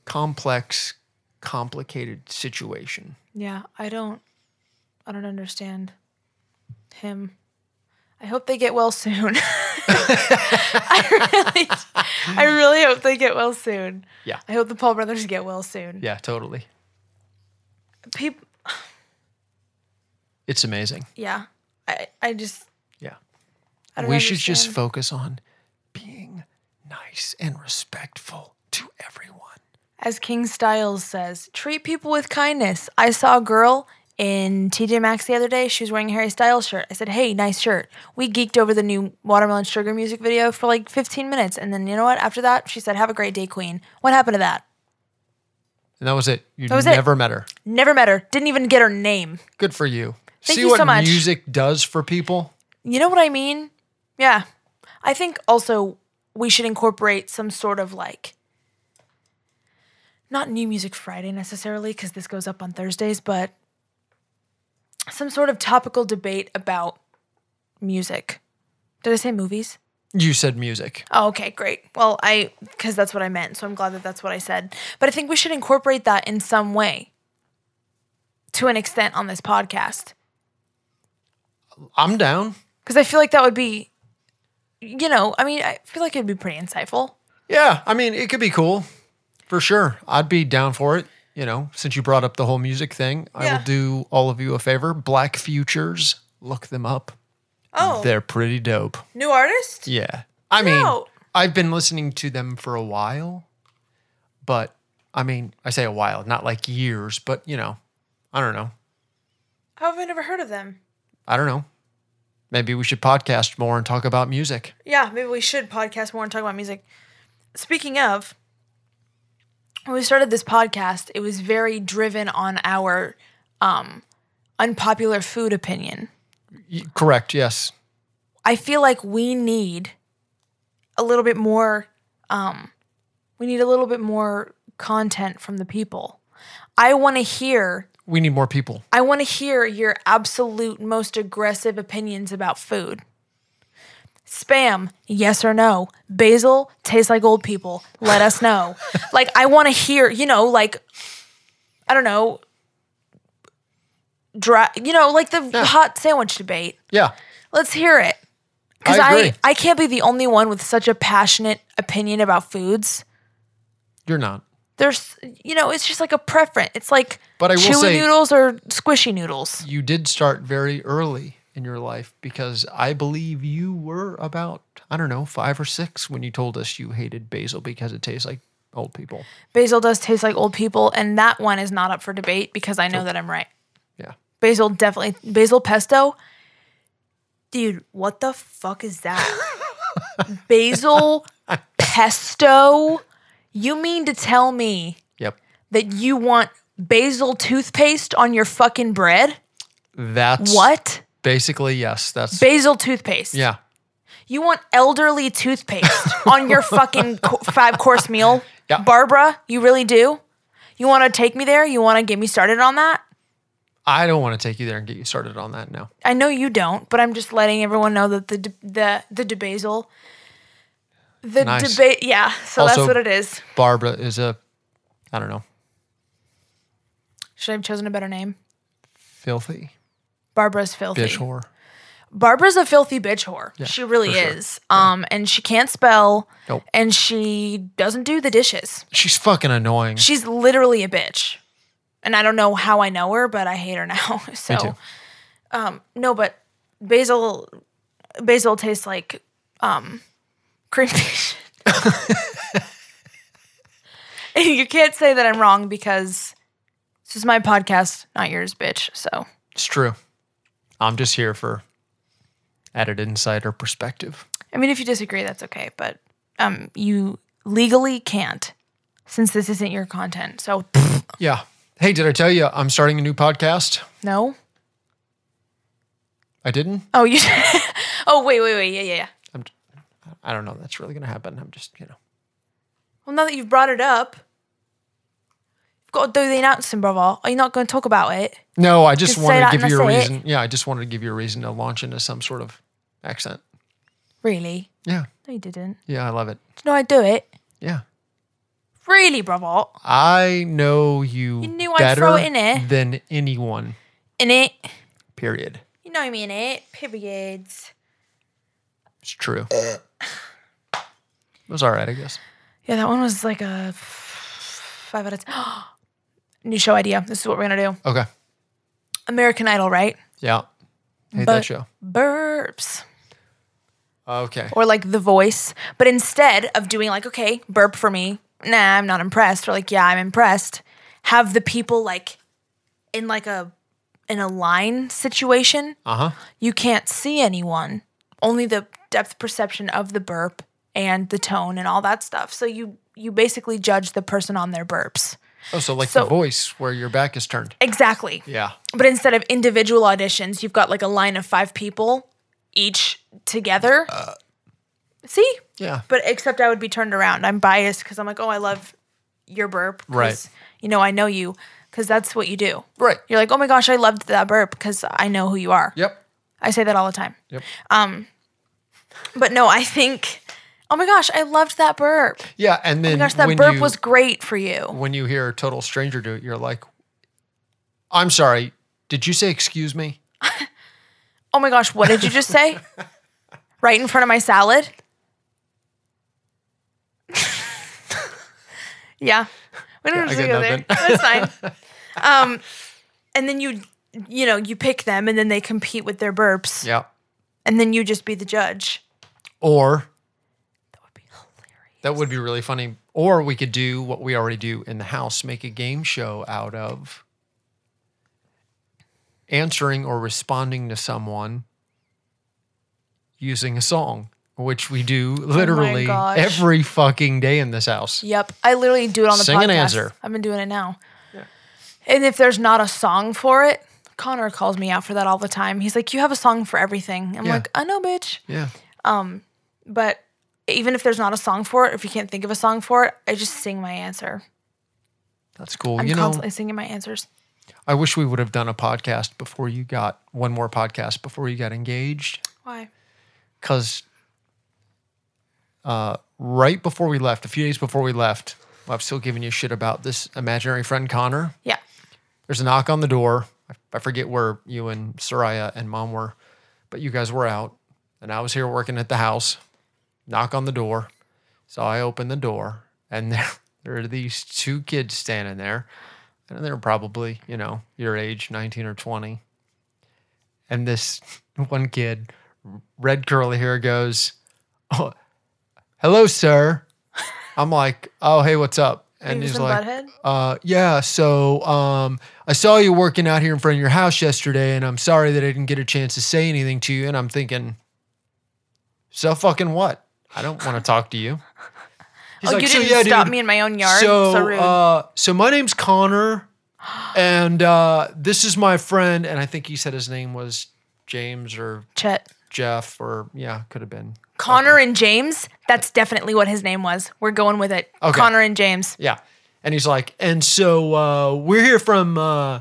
[SPEAKER 2] complex, complicated situation.
[SPEAKER 3] yeah, I don't I don't understand him. I hope they get well soon. I really I really hope they get well soon.
[SPEAKER 2] Yeah.
[SPEAKER 3] I hope the Paul brothers get well soon.
[SPEAKER 2] Yeah, totally.
[SPEAKER 3] People
[SPEAKER 2] It's amazing.
[SPEAKER 3] yeah. I I just
[SPEAKER 2] Yeah.
[SPEAKER 3] I don't
[SPEAKER 2] we should just
[SPEAKER 3] understand.
[SPEAKER 2] focus on being nice and respectful to everyone.
[SPEAKER 3] As King Styles says, treat people with kindness. I saw a girl in TJ Maxx the other day. She was wearing a Harry Styles shirt. I said, hey, nice shirt. We geeked over the new Watermelon Sugar music video for like 15 minutes. And then you know what? After that, she said, have a great day, queen. What happened to that?
[SPEAKER 2] And that was it. You
[SPEAKER 3] was it.
[SPEAKER 2] never met her.
[SPEAKER 3] Never met her. Didn't even get her name.
[SPEAKER 2] Good for you. See
[SPEAKER 3] you
[SPEAKER 2] what
[SPEAKER 3] so much.
[SPEAKER 2] music does for people?
[SPEAKER 3] You know what I mean? Yeah. I think also we should incorporate some sort of like, not New Music Friday necessarily, because this goes up on Thursdays, but some sort of topical debate about music. Did I say movies?
[SPEAKER 2] You said music.
[SPEAKER 3] Oh, okay, great. Well, I, because that's what I meant. So I'm glad that that's what I said. But I think we should incorporate that in some way to an extent on this podcast.
[SPEAKER 2] I'm down.
[SPEAKER 3] Because I feel like that would be, you know, I mean, I feel like it'd be pretty insightful.
[SPEAKER 2] Yeah, I mean, it could be cool for sure. I'd be down for it. You know, since you brought up the whole music thing, I
[SPEAKER 3] Yeah.
[SPEAKER 2] will do all of you a favor. Black Futures, look them up.
[SPEAKER 3] Oh,
[SPEAKER 2] They're pretty dope.
[SPEAKER 3] new artist?
[SPEAKER 2] Yeah. I mean,
[SPEAKER 3] No.
[SPEAKER 2] I've been listening to them for a while, but I mean, I say a while, not like years, but you know, I don't know.
[SPEAKER 3] How have I never heard of them?
[SPEAKER 2] I don't know. Maybe we should podcast more and talk about music.
[SPEAKER 3] Yeah, maybe we should podcast more and talk about music. Speaking of, when we started this podcast, it was very driven on our um, unpopular food opinion.
[SPEAKER 2] Y- Correct. Yes.
[SPEAKER 3] I feel like we need a little bit more. Um, we need a little bit more content from the people. I want to hear.
[SPEAKER 2] We need more people.
[SPEAKER 3] I want to hear your absolute most aggressive opinions about food. Spam, yes or no. Basil tastes like old people. Let us know. like I want to hear. You know, like I don't know. Dry, you know, like the hot sandwich debate.
[SPEAKER 2] Yeah.
[SPEAKER 3] Let's hear it. Because
[SPEAKER 2] I agree.
[SPEAKER 3] I, I can't be the only one with such a passionate opinion about foods.
[SPEAKER 2] You're not.
[SPEAKER 3] There's, you know, it's just like a preference. It's like
[SPEAKER 2] But I will
[SPEAKER 3] chewy
[SPEAKER 2] say-
[SPEAKER 3] noodles or squishy noodles.
[SPEAKER 2] You did start very early in your life because I believe you were about, I don't know, five or six when you told us you hated basil because it tastes like old people.
[SPEAKER 3] Basil does taste like old people, and that one is not up for debate because I know that I'm right.
[SPEAKER 2] Yeah.
[SPEAKER 3] Basil definitely, basil pesto. Dude, what the fuck is that? basil pesto? You mean to tell me
[SPEAKER 2] Yep.
[SPEAKER 3] that you want basil toothpaste on your fucking bread?
[SPEAKER 2] That's
[SPEAKER 3] What?
[SPEAKER 2] Basically, yes. That's,
[SPEAKER 3] Basil toothpaste.
[SPEAKER 2] yeah.
[SPEAKER 3] You want elderly toothpaste on your fucking co- five course meal?
[SPEAKER 2] Yeah.
[SPEAKER 3] Barbara, you really do? You want to take me there? You want to get me started on that?
[SPEAKER 2] I don't want to take you there and get you started on that now.
[SPEAKER 3] I know you don't, but I'm just letting everyone know that the d- the the debasil the
[SPEAKER 2] Nice.
[SPEAKER 3] debate yeah, so
[SPEAKER 2] Also-
[SPEAKER 3] that's what it is.
[SPEAKER 2] Barbara is a, I don't know,
[SPEAKER 3] Should I have chosen a better name?
[SPEAKER 2] filthy
[SPEAKER 3] Barbara's filthy.
[SPEAKER 2] bitch whore.
[SPEAKER 3] Barbara's a filthy bitch whore. she really
[SPEAKER 2] for sure.
[SPEAKER 3] is. Um and she can't spell
[SPEAKER 2] Nope.
[SPEAKER 3] and she doesn't do the dishes.
[SPEAKER 2] She's fucking annoying.
[SPEAKER 3] She's literally a bitch. And I don't know how I know her, but I hate her now. So
[SPEAKER 2] too.
[SPEAKER 3] um no, but basil basil tastes like um cream fish. you can't say that I'm wrong because this is my podcast, not yours, bitch. So
[SPEAKER 2] it's true. I'm just here for added insider perspective.
[SPEAKER 3] I mean if you disagree, that's okay, but um you legally can't since this isn't your content. So
[SPEAKER 2] Yeah. Hey, did I tell you I'm starting a new podcast?
[SPEAKER 3] no.
[SPEAKER 2] I didn't.
[SPEAKER 3] Oh you Oh wait, wait, wait, yeah, yeah, yeah.
[SPEAKER 2] I'm. I don't know. if That's really gonna happen. I'm just you know.
[SPEAKER 3] Well, now that you've brought it up, you've got to do the announcing, brother. Are you not going to talk about it?
[SPEAKER 2] No, I just
[SPEAKER 3] Just
[SPEAKER 2] wanted
[SPEAKER 3] say that
[SPEAKER 2] to give
[SPEAKER 3] and
[SPEAKER 2] you a
[SPEAKER 3] that's it.
[SPEAKER 2] reason. Yeah, I just wanted to give you a reason to launch into some sort of accent.
[SPEAKER 3] Really?
[SPEAKER 2] Yeah.
[SPEAKER 3] No, you didn't.
[SPEAKER 2] Yeah, I love it.
[SPEAKER 3] Do you know I do it?
[SPEAKER 2] Yeah.
[SPEAKER 3] Really, brother?
[SPEAKER 2] I know you,
[SPEAKER 3] knew I'd
[SPEAKER 2] better
[SPEAKER 3] throw it in there.
[SPEAKER 2] than anyone.
[SPEAKER 3] In it?
[SPEAKER 2] Period.
[SPEAKER 3] You know me in it. Periods.
[SPEAKER 2] It's true. it was all right, I guess.
[SPEAKER 3] Yeah, that one was like a f- five out of ten. New show idea. This is what we're going to do.
[SPEAKER 2] Okay.
[SPEAKER 3] American Idol, right?
[SPEAKER 2] Yeah. Hate
[SPEAKER 3] But-
[SPEAKER 2] that show.
[SPEAKER 3] Burps.
[SPEAKER 2] Okay.
[SPEAKER 3] Or like The Voice. But instead of doing like, okay, burp for me. Nah, I'm not impressed. Or like, yeah, I'm impressed. Have the people like in like a in a line situation
[SPEAKER 2] Uh huh.
[SPEAKER 3] you can't see anyone, only the depth perception of the burp and the tone and all that stuff. So you you basically judge the person on their burps.
[SPEAKER 2] Oh, so like
[SPEAKER 3] So-
[SPEAKER 2] the voice where your back is turned.
[SPEAKER 3] Exactly.
[SPEAKER 2] Yeah.
[SPEAKER 3] But instead of individual auditions, you've got like a line of 5 people each together.
[SPEAKER 2] Uh.
[SPEAKER 3] see?
[SPEAKER 2] Yeah.
[SPEAKER 3] But except I would be turned around. I'm biased cuz I'm like, "Oh, I love your burp." 'cause,
[SPEAKER 2] Right.
[SPEAKER 3] You know, I know you cuz that's what you do.
[SPEAKER 2] Right.
[SPEAKER 3] You're like, "Oh my gosh, I loved that burp cuz I know who you are."
[SPEAKER 2] Yep.
[SPEAKER 3] I say that all the time.
[SPEAKER 2] Yep.
[SPEAKER 3] But no, I think, oh my gosh, I loved that burp.
[SPEAKER 2] Yeah. And then
[SPEAKER 3] Oh my gosh, that
[SPEAKER 2] when
[SPEAKER 3] burp
[SPEAKER 2] you,
[SPEAKER 3] was great for you.
[SPEAKER 2] when you hear a total stranger do it, you're like, I'm sorry. Did you say excuse me?
[SPEAKER 3] Oh my gosh, what did you just say? right in front of my salad? yeah. We
[SPEAKER 2] I
[SPEAKER 3] don't have to
[SPEAKER 2] got
[SPEAKER 3] go there.
[SPEAKER 2] nothing.
[SPEAKER 3] That's fine. Um, and then you, you know, you pick them and then they compete with their burps
[SPEAKER 2] Yeah.
[SPEAKER 3] and then you just be the judge.
[SPEAKER 2] Or
[SPEAKER 3] That would be hilarious.
[SPEAKER 2] that would be really funny. Or we could do what we already do in the house, make a game show out of answering or responding to someone using a song which we do literally
[SPEAKER 3] Oh gosh.
[SPEAKER 2] every fucking day in this house.
[SPEAKER 3] Yep. I literally do it on the
[SPEAKER 2] Sing
[SPEAKER 3] podcast.
[SPEAKER 2] an answer.
[SPEAKER 3] I've been doing it now. And if there's not a song for it, Connor calls me out for that all the time. He's like, "You have a song for everything." I'm
[SPEAKER 2] Yeah.
[SPEAKER 3] like, "I know, bitch."
[SPEAKER 2] Yeah.
[SPEAKER 3] But even if there's not a song for it, if you can't think of a song for it, I just sing my answer.
[SPEAKER 2] That's cool.
[SPEAKER 3] I'm
[SPEAKER 2] you know,
[SPEAKER 3] constantly singing my answers.
[SPEAKER 2] I wish we would have done a podcast before you got one more podcast before you got engaged.
[SPEAKER 3] Why?
[SPEAKER 2] because uh, right before we left, a few days before we left, well, I've still giving you shit about this imaginary friend Connor.
[SPEAKER 3] Yeah.
[SPEAKER 2] There's a knock on the door. I, I forget where you and Soraya and mom were, but you guys were out, and I was here working at the house. Knock on the door. So I open the door, and there, there are these two kids standing there. And they're probably, you know, your age, 19 or 20. And this one kid, red curly hair, goes, oh, Hello, sir. I'm like, Oh, hey, what's up? And
[SPEAKER 3] Beavis
[SPEAKER 2] he's
[SPEAKER 3] and
[SPEAKER 2] like,
[SPEAKER 3] Butthead?
[SPEAKER 2] uh, Yeah, so um, I saw you working out here in front of your house yesterday, and I'm sorry that I didn't get a chance to say anything to you. And I'm thinking, So fucking what? I don't want to talk to you. He's
[SPEAKER 3] oh, you
[SPEAKER 2] "So
[SPEAKER 3] didn't
[SPEAKER 2] yeah,
[SPEAKER 3] stop
[SPEAKER 2] dude,
[SPEAKER 3] me in my own yard.
[SPEAKER 2] so,
[SPEAKER 3] So, rude.
[SPEAKER 2] Uh, so my name's Connor, and uh, this is my friend, and I think he said his name was James or
[SPEAKER 3] Chet.
[SPEAKER 2] Jeff or yeah, could have been.
[SPEAKER 3] Connor and James. That's definitely what his name was. We're going with it.
[SPEAKER 2] Okay.
[SPEAKER 3] Connor and James.
[SPEAKER 2] Yeah, and he's like, and so uh, we're here from uh,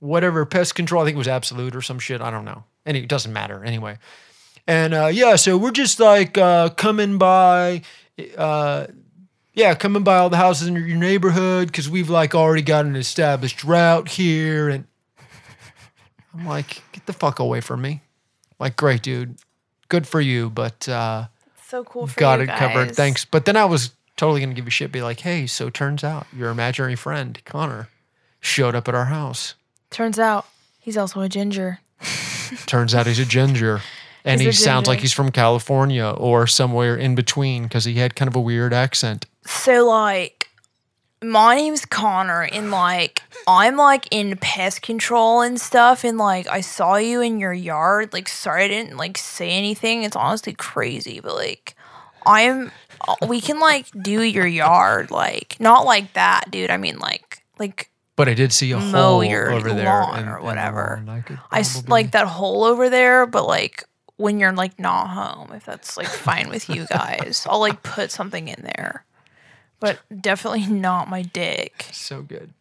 [SPEAKER 2] whatever pest control. I think it was Absolute or some shit. I don't know. And it doesn't matter anyway. And uh, yeah, so we're just like uh, coming by. Uh, yeah, coming by all the houses in your your neighborhood because we've like already got an established route here. And I'm like, get the fuck away from me. Like, great, dude. Good for you, but uh,
[SPEAKER 3] So cool for
[SPEAKER 2] got
[SPEAKER 3] you
[SPEAKER 2] it covered.
[SPEAKER 3] guys.
[SPEAKER 2] Thanks. But then I was totally going to give you shit, be like, hey, so turns out your imaginary friend, Connor, showed up at our house.
[SPEAKER 3] Turns out he's also a ginger.
[SPEAKER 2] Turns out he's a ginger. And
[SPEAKER 3] He's
[SPEAKER 2] he
[SPEAKER 3] a
[SPEAKER 2] sounds
[SPEAKER 3] ginger.
[SPEAKER 2] like he's from California or somewhere in between because he had kind of a weird accent.
[SPEAKER 3] So like my name's Connor and like I'm like in pest control and stuff and like I saw you in your yard. Like sorry I didn't like say anything. It's honestly crazy, but like I'm we can like do your yard like not like that, dude. I mean like like
[SPEAKER 2] But I did see a
[SPEAKER 3] Mow
[SPEAKER 2] hole
[SPEAKER 3] your
[SPEAKER 2] over there
[SPEAKER 3] lawn
[SPEAKER 2] in- in
[SPEAKER 3] or
[SPEAKER 2] the
[SPEAKER 3] whatever.
[SPEAKER 2] lawn. I, could
[SPEAKER 3] I s-
[SPEAKER 2] probably-
[SPEAKER 3] like that hole over there, but like when you're like not home, if that's like fine with you guys, I'll like put something in there, but definitely not my dick.
[SPEAKER 2] so good.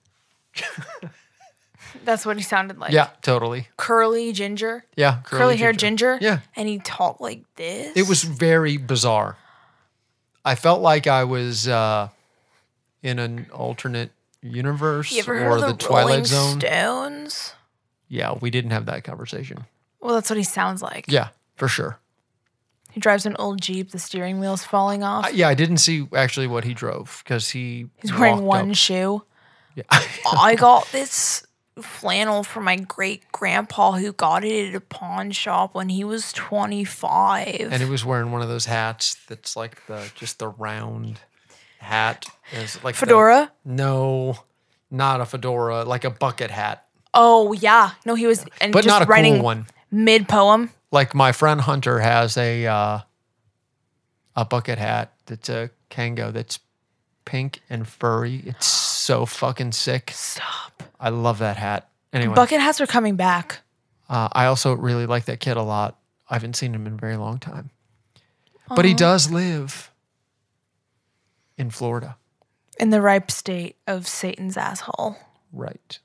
[SPEAKER 3] That's what he sounded like.
[SPEAKER 2] Yeah, totally.
[SPEAKER 3] curly ginger,
[SPEAKER 2] Yeah,
[SPEAKER 3] curly, hair ginger.
[SPEAKER 2] Yeah.
[SPEAKER 3] and he talked like this.
[SPEAKER 2] It was very bizarre. I felt like I was uh, in an alternate universe
[SPEAKER 3] You ever heard
[SPEAKER 2] or
[SPEAKER 3] of
[SPEAKER 2] the,
[SPEAKER 3] the, Rolling
[SPEAKER 2] Twilight Zone.
[SPEAKER 3] Stones?
[SPEAKER 2] yeah, we didn't have that conversation.
[SPEAKER 3] Well, that's what he sounds like.
[SPEAKER 2] Yeah, for sure.
[SPEAKER 3] He drives an old jeep. The steering wheel's falling off.
[SPEAKER 2] I, yeah, I didn't see actually what he drove because he
[SPEAKER 3] He's wearing
[SPEAKER 2] walked
[SPEAKER 3] one
[SPEAKER 2] Up.
[SPEAKER 3] shoe.
[SPEAKER 2] Yeah.
[SPEAKER 3] I got this flannel from my great grandpa who got it at a pawn shop when he was 25.
[SPEAKER 2] and he was wearing one of those hats that's like the just the round hat. It's like the-
[SPEAKER 3] Fedora?
[SPEAKER 2] no, not a fedora, like a bucket hat,
[SPEAKER 3] Oh, yeah. No, he was and
[SPEAKER 2] but
[SPEAKER 3] just
[SPEAKER 2] not a
[SPEAKER 3] writing
[SPEAKER 2] cool one.
[SPEAKER 3] mid poem.
[SPEAKER 2] like my friend Hunter has a uh, a bucket hat that's a Kango that's pink and furry. It's so fucking sick.
[SPEAKER 3] Stop.
[SPEAKER 2] I love that hat. Anyway,
[SPEAKER 3] Bucket hats are coming back.
[SPEAKER 2] uh, I also really like that kid a lot. I haven't seen him in a very long time, but he does live in Florida,
[SPEAKER 3] In the ripe state of Satan's asshole.
[SPEAKER 2] right?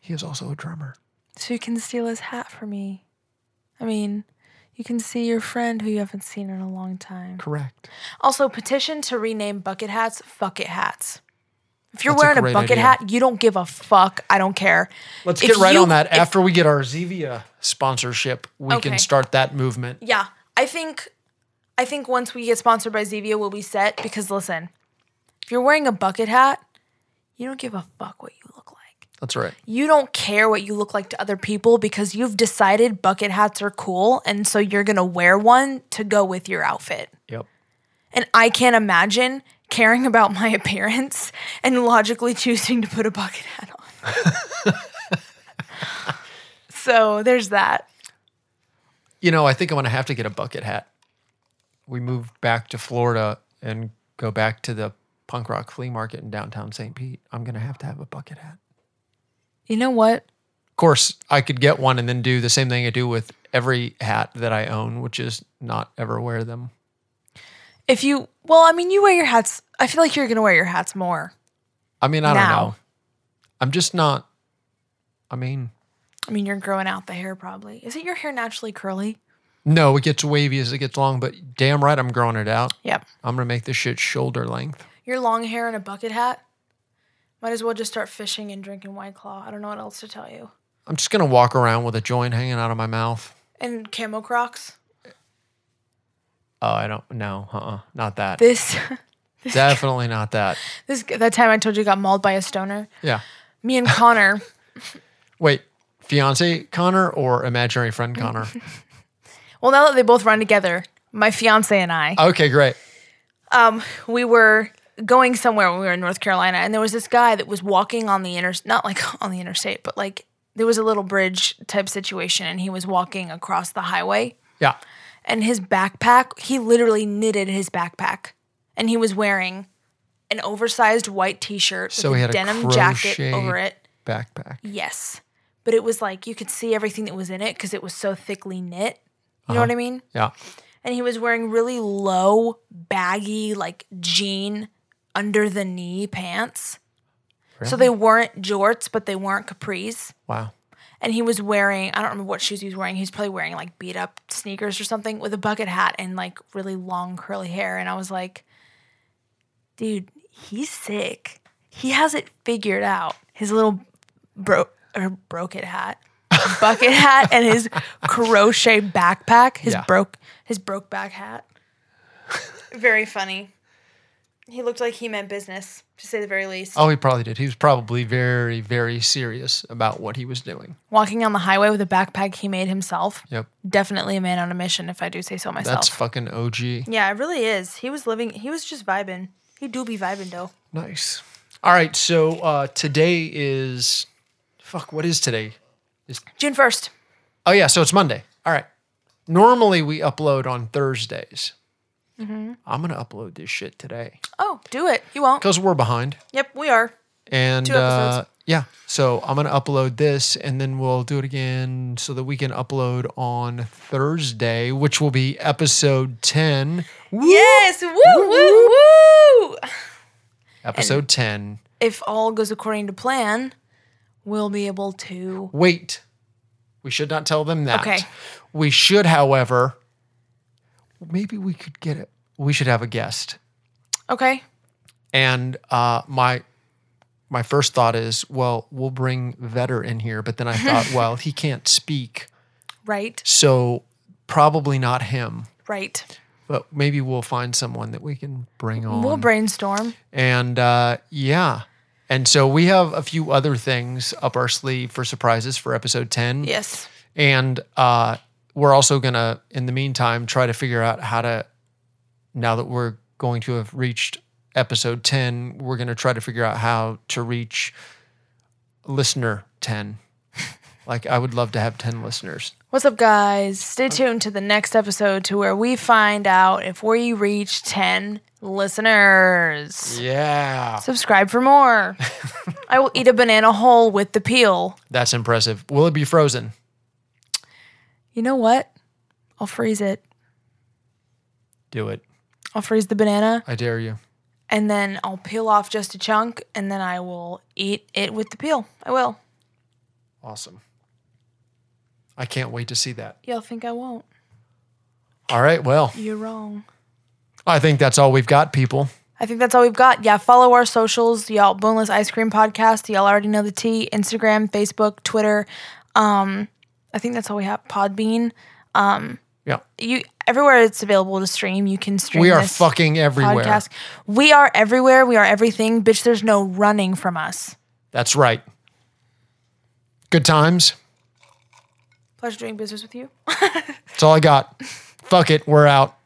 [SPEAKER 2] He is also a drummer.
[SPEAKER 3] So you can steal his hat for me. I mean, you can see your friend who you haven't seen in a long time.
[SPEAKER 2] Correct.
[SPEAKER 3] Also, petition to rename bucket hats bucket hats. If you're
[SPEAKER 2] That's a
[SPEAKER 3] wearing a,
[SPEAKER 2] great
[SPEAKER 3] bucket
[SPEAKER 2] idea.
[SPEAKER 3] hat, you don't give a fuck. I don't care.
[SPEAKER 2] Let's
[SPEAKER 3] If
[SPEAKER 2] get right
[SPEAKER 3] you-
[SPEAKER 2] on that.
[SPEAKER 3] if-
[SPEAKER 2] After we get our Zevia sponsorship, we
[SPEAKER 3] Okay.
[SPEAKER 2] can start that movement.
[SPEAKER 3] yeah, I think, I think once we get sponsored by Zevia, we'll be set. Because listen, if you're wearing a bucket hat, you don't give a fuck what you look like.
[SPEAKER 2] That's right.
[SPEAKER 3] You don't care what you look like to other people because you've decided bucket hats are cool, and so you're gonna wear one to go with your outfit.
[SPEAKER 2] Yep.
[SPEAKER 3] And I can't imagine caring about my appearance and logically choosing to put a bucket hat on. so there's that.
[SPEAKER 2] You know, I think I'm gonna have to get a bucket hat. we move back to Florida and go back to the punk rock flea market in downtown St. Pete, I'm gonna have to have a bucket hat.
[SPEAKER 3] You know what?
[SPEAKER 2] Of course, I could get one and then do the same thing I do with every hat that I own, which is not ever wear them.
[SPEAKER 3] If you, well, I mean, you wear your hats. I feel like you're going to wear your hats more.
[SPEAKER 2] I mean, I don't
[SPEAKER 3] Now.
[SPEAKER 2] know. I'm just not. I mean,
[SPEAKER 3] I mean, you're growing out the hair probably. Isn't your hair naturally curly?
[SPEAKER 2] no, it gets wavy as it gets long, but damn right, I'm growing it out.
[SPEAKER 3] Yep.
[SPEAKER 2] I'm gonna make this shit shoulder length.
[SPEAKER 3] Your long hair and a bucket hat. Might as well just start fishing and drinking White Claw. I don't know what else to tell you.
[SPEAKER 2] I'm just gonna walk around with a joint hanging out of my mouth.
[SPEAKER 3] And camo crocs.
[SPEAKER 2] Oh, I don't know. Uh-uh, not that.
[SPEAKER 3] This,
[SPEAKER 2] Definitely not that.
[SPEAKER 3] this, that time I told you I got mauled by a stoner.
[SPEAKER 2] Yeah.
[SPEAKER 3] Me and Connor,
[SPEAKER 2] Wait, fiance Connor or imaginary friend Connor?
[SPEAKER 3] well, now that they both run together, my fiance and I,
[SPEAKER 2] okay, great.
[SPEAKER 3] we were going somewhere when we were in North Carolina, and there was this guy that was walking on the inter, not like on the interstate, but like there was a little bridge type situation, and he was walking across the highway,
[SPEAKER 2] Yeah.
[SPEAKER 3] and his backpack, he literally knitted his backpack, and he was wearing an oversized white T-shirt
[SPEAKER 2] So
[SPEAKER 3] with
[SPEAKER 2] he
[SPEAKER 3] a
[SPEAKER 2] had a
[SPEAKER 3] denim jacket
[SPEAKER 2] crochet-
[SPEAKER 3] over it.
[SPEAKER 2] Backpack.
[SPEAKER 3] Yes, but it was like you could see everything that was in it because it was so thickly knit. You know
[SPEAKER 2] Uh-huh.
[SPEAKER 3] what I mean?
[SPEAKER 2] Yeah.
[SPEAKER 3] and he was wearing really low, baggy, like jean under the knee pants. So they weren't jorts, but they weren't capris.
[SPEAKER 2] Wow.
[SPEAKER 3] And he was wearing, I don't remember what shoes he was wearing. He was probably wearing like beat up sneakers or something with a bucket hat and like really long curly hair. And I was like, dude, he's sick. He has it figured out. His little bro or broke it hat, bucket hat, and his crochet backpack. His
[SPEAKER 2] Yeah.
[SPEAKER 3] broke his broke back hat. Very funny. He looked like he meant business, to say the very least.
[SPEAKER 2] Oh, he probably did. He was probably very, very serious about what he was doing.
[SPEAKER 3] Walking on the highway with a backpack he made himself.
[SPEAKER 2] Yep.
[SPEAKER 3] Definitely a man on a mission, if I do say so myself.
[SPEAKER 2] That's fucking OG.
[SPEAKER 3] yeah, it really is. He was living. He was just vibing. He do be vibing though.
[SPEAKER 2] Nice. All right. So uh, today is, fuck, what is today?
[SPEAKER 3] June first.
[SPEAKER 2] Oh, yeah. So it's Monday. All right. Normally we upload on Thursdays. I'm going to upload this shit today
[SPEAKER 3] Oh, do it. You won't.
[SPEAKER 2] because we're behind.
[SPEAKER 3] Yep, we are.
[SPEAKER 2] And
[SPEAKER 3] Two episodes.
[SPEAKER 2] Uh, yeah. So I'm going to upload this and then we'll do it again so that we can upload on Thursday, which will be episode 10.
[SPEAKER 3] Yes. Woo woo woo.
[SPEAKER 2] Episode 10.
[SPEAKER 3] if all goes according to plan, we'll be able to.
[SPEAKER 2] Wait. We should not tell them that.
[SPEAKER 3] Okay.
[SPEAKER 2] We should, however, maybe we could get it. We should have a guest.
[SPEAKER 3] Okay.
[SPEAKER 2] And uh, my my first thought is, well, we'll bring Vetter in here, but then I thought, well, he can't speak,
[SPEAKER 3] Right.
[SPEAKER 2] so probably not him.
[SPEAKER 3] Right.
[SPEAKER 2] But maybe we'll find someone that we can bring on.
[SPEAKER 3] We'll brainstorm.
[SPEAKER 2] And uh, yeah. And so we have a few other things up our sleeve for surprises for episode 10.
[SPEAKER 3] Yes.
[SPEAKER 2] And uh, we're also going to, in the meantime, try to figure out how to, now that we're going to have reached episode 10, we're going to try to figure out how to reach listener 10. like, I would love to have 10 listeners.
[SPEAKER 3] What's up, guys? Stay tuned to the next episode to where we find out if we reach 10 listeners.
[SPEAKER 2] Yeah.
[SPEAKER 3] Subscribe for more. I will eat a banana whole with the peel.
[SPEAKER 2] That's impressive. Will it be frozen?
[SPEAKER 3] You know what? I'll freeze it.
[SPEAKER 2] Do it.
[SPEAKER 3] I'll freeze the banana
[SPEAKER 2] I dare you.
[SPEAKER 3] and then I'll peel off just a chunk and then I will eat it with the peel. I will.
[SPEAKER 2] Awesome. I can't wait to see that.
[SPEAKER 3] Y'all think I won't.
[SPEAKER 2] All right. Well,
[SPEAKER 3] You're wrong.
[SPEAKER 2] I think that's all we've got, people.
[SPEAKER 3] I think that's all we've got. Yeah, follow our socials, y'all. Boneless Ice Cream Podcast. Y'all already know the T. Instagram, Facebook, Twitter. Um, I think that's all we have. Podbean.
[SPEAKER 2] Yeah.
[SPEAKER 3] You everywhere it's available to stream. You can stream.
[SPEAKER 2] We are
[SPEAKER 3] this
[SPEAKER 2] fucking everywhere.
[SPEAKER 3] Podcast. We are everywhere. We are everything, bitch. There's no running from us.
[SPEAKER 2] That's right. Good times.
[SPEAKER 3] Pleasure doing business with you.
[SPEAKER 2] That's all I got. Fuck it. We're out.